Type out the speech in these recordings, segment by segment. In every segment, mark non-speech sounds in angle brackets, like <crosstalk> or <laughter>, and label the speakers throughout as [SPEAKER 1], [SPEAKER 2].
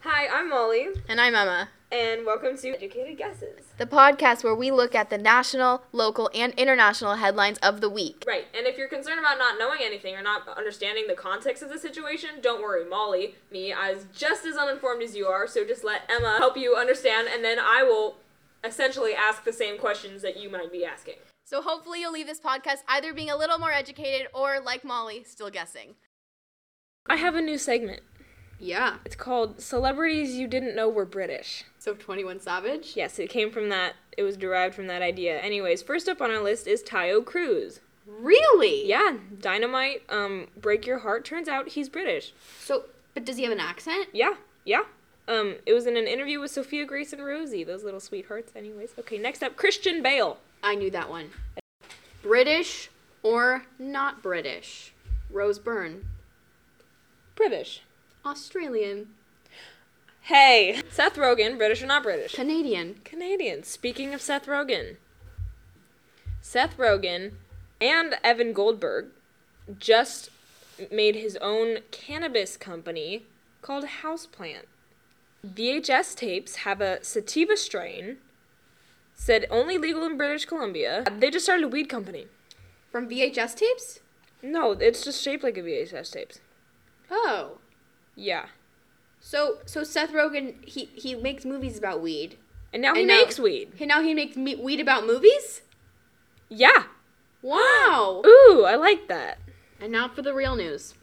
[SPEAKER 1] Hi, I'm Molly,
[SPEAKER 2] And I'm Emma,
[SPEAKER 1] and welcome to Educated Guesses.
[SPEAKER 2] the podcast where we look at the national, local, and international headlines of the week.
[SPEAKER 1] Right, and if you're concerned about not knowing anything or not understanding the context of the situation, don't worry, Molly, me, I was just as uninformed as you are, so just let Emma help you understand, and then I will essentially ask the same questions that you might be asking.
[SPEAKER 2] So hopefully you'll leave this podcast either being a little more educated or, like Molly, still guessing.
[SPEAKER 1] I have a new segment.
[SPEAKER 3] Yeah.
[SPEAKER 1] It's called Celebrities You Didn't Know Were British.
[SPEAKER 3] So 21 Savage?
[SPEAKER 1] Yes, it came from that, it was derived from that idea. Anyways, first up on our list is Tayo Cruz.
[SPEAKER 3] Really?
[SPEAKER 1] Yeah, Dynamite, um, Break Your Heart, turns out he's British.
[SPEAKER 3] So, but does he have an accent?
[SPEAKER 1] Yeah, yeah. Um, it was in an interview with Sophia Grace and Rosie, those little sweethearts, anyways. Okay, next up, Christian Bale.
[SPEAKER 3] I knew that one. British or not British? Rose Byrne.
[SPEAKER 1] British.
[SPEAKER 3] Australian.
[SPEAKER 1] Hey! Seth Rogen, British or not British?
[SPEAKER 3] Canadian.
[SPEAKER 1] Canadian. Speaking of Seth Rogen, Seth Rogen and Evan Goldberg just made his own cannabis company called Houseplant. VHS tapes have a sativa strain, said only legal in British Columbia. They just started a weed company.
[SPEAKER 3] From VHS tapes?
[SPEAKER 1] No, it's just shaped like a VHS tapes.
[SPEAKER 3] Oh.
[SPEAKER 1] Yeah.
[SPEAKER 3] So, so Seth Rogen, he, he makes movies about weed.
[SPEAKER 1] And now he
[SPEAKER 3] And now-
[SPEAKER 1] makes weed.
[SPEAKER 3] And now he makes me- weed about movies?
[SPEAKER 1] Yeah.
[SPEAKER 3] Wow.
[SPEAKER 1] Ooh, I like that.
[SPEAKER 3] And now for the real news.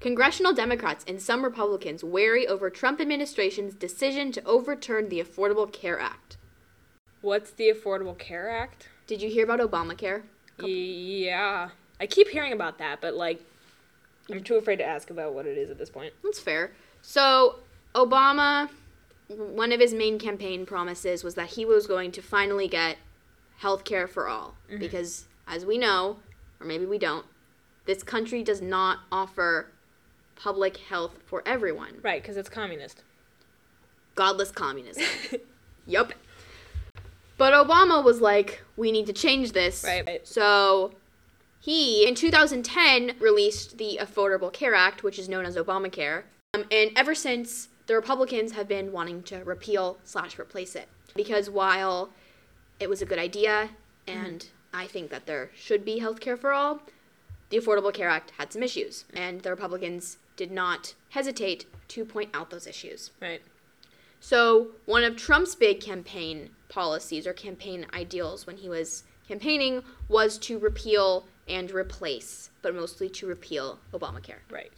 [SPEAKER 3] Congressional Democrats and some Republicans wary over Trump administration's decision to overturn the Affordable Care Act.
[SPEAKER 1] What's the Affordable Care Act?
[SPEAKER 3] Did you hear about Obamacare?
[SPEAKER 1] Yeah. I keep hearing about that, but like I'm too afraid to ask about what it is at this point.
[SPEAKER 3] That's fair. So, Obama, one of his main campaign promises was that he was going to finally get health care for all. Because, as we know, or maybe we don't, this country does not offer public health for everyone.
[SPEAKER 1] Right, cuz it's communist.
[SPEAKER 3] Godless
[SPEAKER 1] <laughs>
[SPEAKER 3] communism. Yup. But Obama was like, we need to change this.
[SPEAKER 1] Right.
[SPEAKER 3] So he, in 2010, released the Affordable Care Act, which is known as Obamacare. Um, and ever since, the Republicans have been wanting to repeal slash replace it. Because while it was a good idea, and I think that there should be health care for all, the Affordable Care Act had some issues. And the Republicans did not hesitate to point out those issues.
[SPEAKER 1] Right.
[SPEAKER 3] So, one of Trump's big campaign policies or campaign ideals when he was campaigning was to repeal and replace, but mostly to repeal Obamacare.
[SPEAKER 1] Right.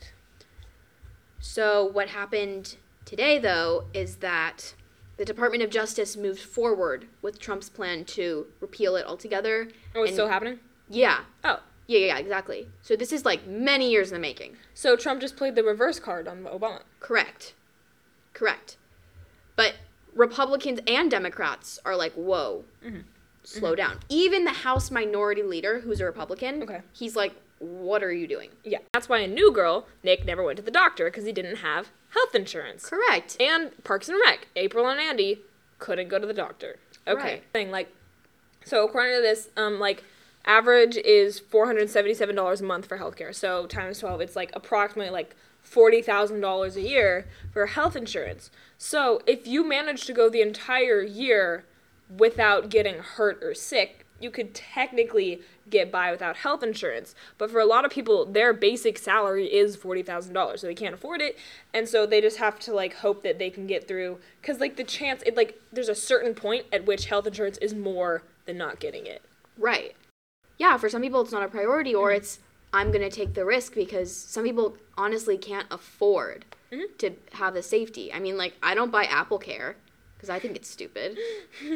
[SPEAKER 3] So, what happened today, though, is that the Department of Justice moved forward with Trump's plan to repeal it altogether.
[SPEAKER 1] Oh, it's
[SPEAKER 3] And-
[SPEAKER 1] still happening?
[SPEAKER 3] Yeah,
[SPEAKER 1] Oh.
[SPEAKER 3] yeah, yeah, yeah, exactly. So, this is like many years in the making.
[SPEAKER 1] So Trump just played the reverse card on Obama.
[SPEAKER 3] Correct. Correct. But Republicans and Democrats are like, whoa, slow down. Even the House minority leader, who's a Republican,
[SPEAKER 1] Okay.
[SPEAKER 3] he's like, what are you doing?
[SPEAKER 1] Yeah. That's why in New Girl, Nick never went to the doctor cuz he didn't have health insurance.
[SPEAKER 3] Correct.
[SPEAKER 1] And Parks and Rec, April and Andy couldn't go to the doctor. Okay.
[SPEAKER 3] Right.
[SPEAKER 1] Thing like, so according to this, um, like average is four hundred seventy-seven dollars a month for healthcare. So times twelve, it's like approximately like forty thousand dollars a year for health insurance. So if you manage to go the entire year without getting hurt or sick, you could technically get by without health insurance. But for a lot of people, their basic salary is $40,000, so they can't afford it. And so they just have to like hope that they can get through cuz like the chance it like there's a certain point at which health insurance is more than not getting it.
[SPEAKER 3] Right. Yeah, for some people, it's not a priority, or it's, I'm going to take the risk because some people honestly can't afford to have the safety. I mean, like, I don't buy Apple Care because I think it's stupid.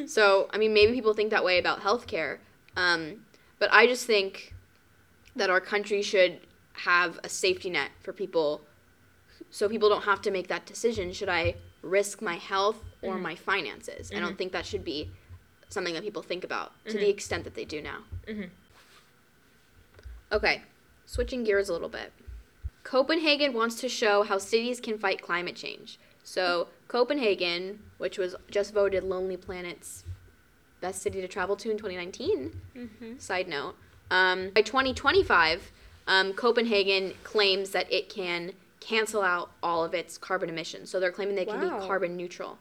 [SPEAKER 3] so, I mean, maybe people think that way about healthcare. Um, but I just think that our country should have a safety net for people so people don't have to make that decision should I risk my health or my finances? I don't think that should be something that people think about to the extent that they do now. Okay, switching gears a little bit. Copenhagen wants to show how cities can fight climate change. So, Copenhagen, which was just voted Lonely Planet's best city to travel to in 2019, side note, um, by 2025, um, Copenhagen claims that it can cancel out all of its carbon emissions. So they're claiming they can
[SPEAKER 1] Wow.
[SPEAKER 3] be carbon neutral.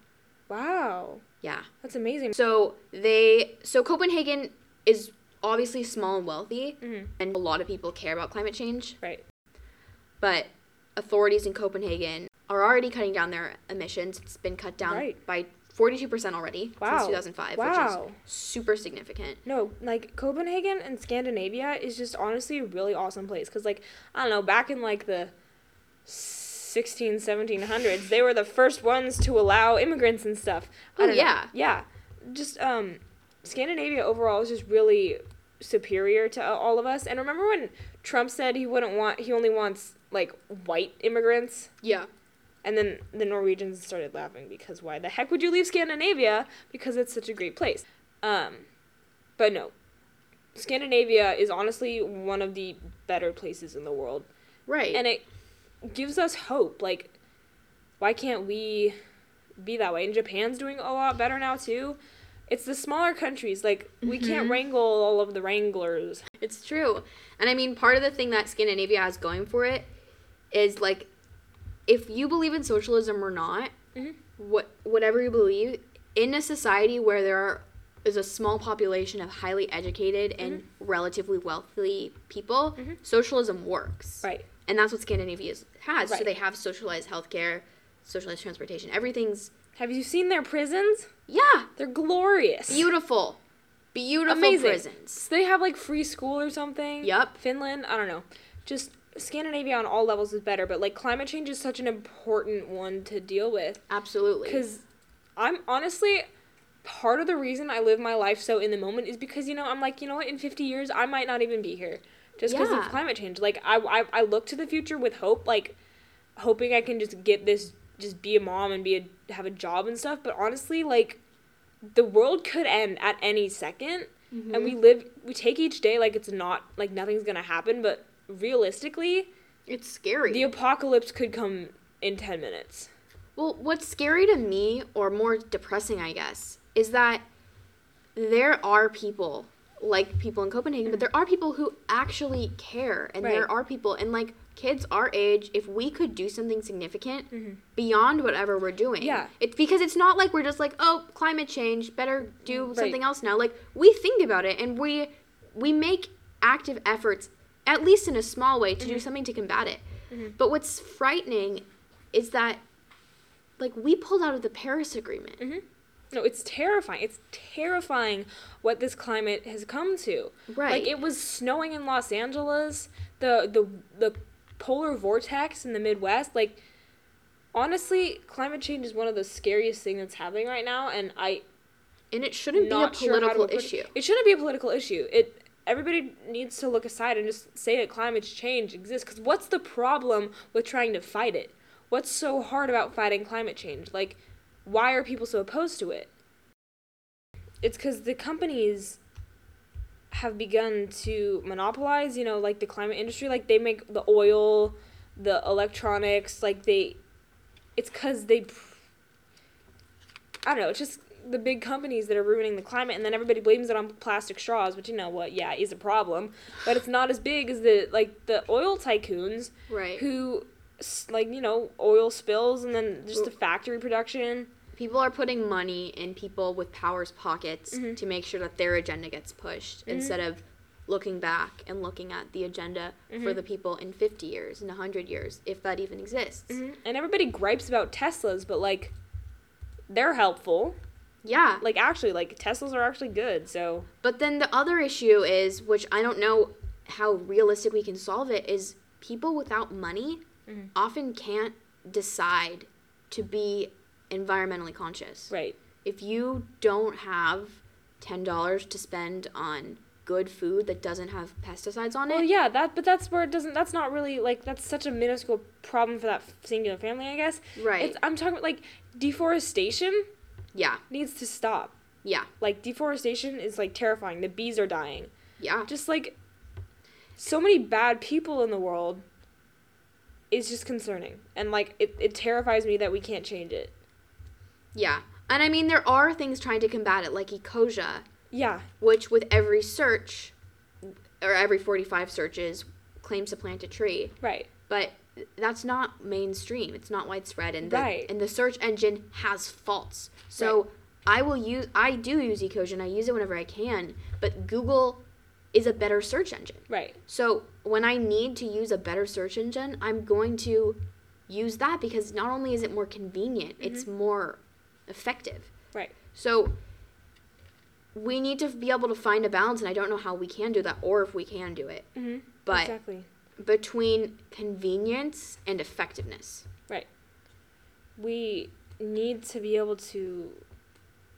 [SPEAKER 1] Wow.
[SPEAKER 3] Yeah.
[SPEAKER 1] That's amazing.
[SPEAKER 3] So they so Copenhagen is obviously small and wealthy
[SPEAKER 1] Mhm.
[SPEAKER 3] and a lot of people care about climate change,
[SPEAKER 1] Right.
[SPEAKER 3] but authorities in Copenhagen are already cutting down their emissions. It's been cut down
[SPEAKER 1] Right.
[SPEAKER 3] by 42% already
[SPEAKER 1] Wow.
[SPEAKER 3] since 2005,
[SPEAKER 1] Wow.
[SPEAKER 3] which is super significant.
[SPEAKER 1] No, like Copenhagen and Scandinavia is just honestly a really awesome place cuz like I don't know, back in like the 16 1700s, they were the first ones to allow immigrants and stuff. I
[SPEAKER 3] Oh,
[SPEAKER 1] don't know.
[SPEAKER 3] yeah.
[SPEAKER 1] Yeah. Just um Scandinavia overall is just really superior to uh, all of us. And remember when Trump said he wouldn't want he only wants like white immigrants?
[SPEAKER 3] Yeah.
[SPEAKER 1] And then the Norwegians started laughing because why the heck would you leave Scandinavia? Because it's such a great place. Um, but no, Scandinavia is honestly one of the better places in the world,
[SPEAKER 3] Right.
[SPEAKER 1] and it gives us hope. Like, why can't we be that way? And Japan's doing a lot better now too. It's the smaller countries. Like, we can't wrangle all of the wranglers.
[SPEAKER 3] It's true. And I mean, part of the thing that Scandinavia has going for it is like, if you believe in socialism or not,
[SPEAKER 1] Mhm.
[SPEAKER 3] what whatever you believe, in a society where there are, is a small population of highly educated and
[SPEAKER 1] Mm-hmm.
[SPEAKER 3] relatively wealthy people, socialism works.
[SPEAKER 1] Right.
[SPEAKER 3] And that's what Scandinavia is, has. So
[SPEAKER 1] Right.
[SPEAKER 3] they have socialized healthcare, socialized transportation. Everything's,
[SPEAKER 1] Have you seen their prisons?
[SPEAKER 3] yeah,
[SPEAKER 1] They're glorious.
[SPEAKER 3] beautiful. Beautiful prisons.
[SPEAKER 1] So they have like free school or something.
[SPEAKER 3] Yup.
[SPEAKER 1] Finland, I don't know. Just Scandinavia on all levels is better, but like climate change is such an important one to deal with
[SPEAKER 3] Absolutely.
[SPEAKER 1] cuz I'm honestly part of the reason I live my life so in the moment is because you know, I'm like, you know what, in 50 years I might not even be here just cuz
[SPEAKER 3] Yeah.
[SPEAKER 1] of climate change. Like I, I I look to the future with hope, like hoping I can just get this just be a mom and be a have a job and stuff, but honestly like the world could end at any 2nd
[SPEAKER 3] Mm-hmm.
[SPEAKER 1] and we live we take each day like it's not like nothing's gonna happen but realistically
[SPEAKER 3] it's scary.
[SPEAKER 1] the apocalypse could come in 10 minutes
[SPEAKER 3] Well, what's scary to me, or more depressing, I guess, is that there are people like people in Copenhagen, but there are people who actually care, and there
[SPEAKER 1] Mm-hmm. Right.
[SPEAKER 3] are people, and like kids our age, if we could do something significant beyond whatever we're doing,
[SPEAKER 1] Mm-hmm. Yeah.
[SPEAKER 3] it's because it's not like we're just like, oh, climate change, better do
[SPEAKER 1] Right.
[SPEAKER 3] something else now. Like we think about it, and we we make active efforts, at least in a small way, to
[SPEAKER 1] Mm-hmm.
[SPEAKER 3] do something to combat it. But what's frightening is that like we pulled out of the Paris Agreement.
[SPEAKER 1] no it's terrifying it's terrifying what this climate has come to
[SPEAKER 3] Right.
[SPEAKER 1] like it was snowing in los angeles the the the polar vortex in the midwest like honestly climate change is one of the scariest things that's happening right now and i
[SPEAKER 3] and it shouldn't be a
[SPEAKER 1] not sure how to
[SPEAKER 3] political
[SPEAKER 1] approach-
[SPEAKER 3] issue.
[SPEAKER 1] It shouldn't be a political issue. It everybody needs to look aside and just say that climate change exists. Because what's the problem with trying to fight it? What's so hard about fighting climate change? Like, why are people so opposed to it? It's because the companies have begun to monopolize. You know, like the climate industry. Like they make the oil, the electronics. Like they, it's because they I don't know, it's just the big companies that are ruining the climate, and then everybody blames it on plastic straws, which you know what, yeah, is a problem, but it's not as big as the like the oil tycoons
[SPEAKER 3] Right.
[SPEAKER 1] who s- like you know oil spills and then just the factory production.
[SPEAKER 3] people are putting money in people with powers pockets
[SPEAKER 1] Mhm.
[SPEAKER 3] to make sure that their agenda gets pushed
[SPEAKER 1] Mm-hmm.
[SPEAKER 3] instead of looking back and looking at the agenda
[SPEAKER 1] Mm-hmm.
[SPEAKER 3] for the people in 50 years and 100 years if that even exists.
[SPEAKER 1] And everybody gripes about Teslas, but like they're helpful.
[SPEAKER 3] Yeah.
[SPEAKER 1] Like actually, like Teslas are actually good. So
[SPEAKER 3] But then the other issue is, which I don't know how realistic we can solve it, is people without money
[SPEAKER 1] Mm-hmm.
[SPEAKER 3] often can't decide to be environmentally conscious.
[SPEAKER 1] right,
[SPEAKER 3] If you don't have $10 to spend on good food that doesn't have pesticides on it,
[SPEAKER 1] well yeah, that but that's where it doesn't. That's not really like that's such a minuscule problem for that singular family, I guess.
[SPEAKER 3] right.
[SPEAKER 1] It's, I'm talking about like deforestation
[SPEAKER 3] yeah.
[SPEAKER 1] needs to stop.
[SPEAKER 3] Yeah.
[SPEAKER 1] Like deforestation is like terrifying. The bees are dying.
[SPEAKER 3] Yeah.
[SPEAKER 1] Just like so many bad people in the world is just concerning. And like it, it terrifies me that we can't change it.
[SPEAKER 3] Yeah. And I mean there are things trying to combat it like Ecosia
[SPEAKER 1] Yeah.
[SPEAKER 3] which with every search or every 45 searches claims to plant a tree.
[SPEAKER 1] Right.
[SPEAKER 3] But that's not mainstream. It's not widespread, and the,
[SPEAKER 1] Right.
[SPEAKER 3] and the search engine has faults. So I will use I do use Ecosia and I use it whenever I can. But Google is a better search engine.
[SPEAKER 1] Right.
[SPEAKER 3] So when I need to use a better search engine, I'm going to use that because not only is it more convenient, it's more effective.
[SPEAKER 1] Mm-hmm. Right.
[SPEAKER 3] So we need to be able to find a balance, and I don't know how we can do that or if we can do it.
[SPEAKER 1] Mm-hmm.
[SPEAKER 3] But
[SPEAKER 1] exactly.
[SPEAKER 3] between convenience and effectiveness.
[SPEAKER 1] Right. We need to be able to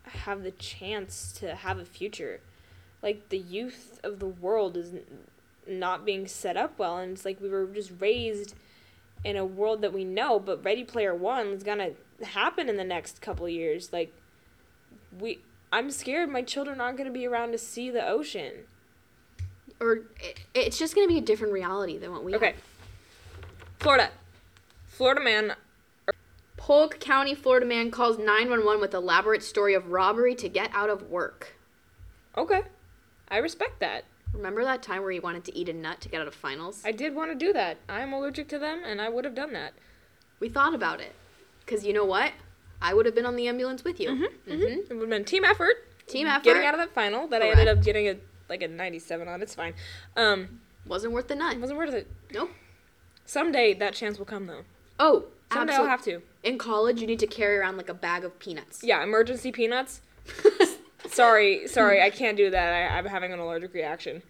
[SPEAKER 1] have the chance to have a future. Like the youth of the world is n- not being set up well, and it's like we were just raised in a world that we know. But Ready Player One is gonna happen in the next couple years. Like we, I'm scared my children aren't gonna be around to see the ocean.
[SPEAKER 3] Or it, it's just going to be a different reality than what we
[SPEAKER 1] Okay.
[SPEAKER 3] have.
[SPEAKER 1] Florida, Florida man
[SPEAKER 3] Polk County, Florida man calls 911 with elaborate story of robbery to get out of work.
[SPEAKER 1] Okay. I respect that.
[SPEAKER 3] Remember that time where you wanted to eat a nut to get out of finals?
[SPEAKER 1] I did want to do that. I'm allergic to them and I would have done that.
[SPEAKER 3] we thought about it. Because you know what? I would have been on the ambulance with you. Mhm.
[SPEAKER 1] It would have been team effort.
[SPEAKER 3] Team effort.
[SPEAKER 1] Mm-hmm, Getting out of that final that I ended
[SPEAKER 3] Correct.
[SPEAKER 1] up getting a like a 97 on. It's fine. Um
[SPEAKER 3] Wasn't worth the
[SPEAKER 1] it
[SPEAKER 3] nut.
[SPEAKER 1] wasn't worth it.
[SPEAKER 3] Nope.
[SPEAKER 1] Someday that chance will come though.
[SPEAKER 3] Oh,
[SPEAKER 1] Someday
[SPEAKER 3] absolutely.
[SPEAKER 1] I'll have to.
[SPEAKER 3] In college, you need to carry around like a bag of
[SPEAKER 1] <laughs>
[SPEAKER 3] peanuts.
[SPEAKER 1] Yeah, emergency peanuts. Sorry, sorry, I can't do that. I, I'm having an allergic reaction.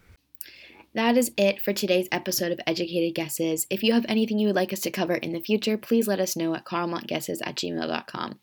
[SPEAKER 4] That is it for today's episode of Educated Guesses. If you have anything you would like us to cover in the future, please let us know at carlmontguesses at gmail.com.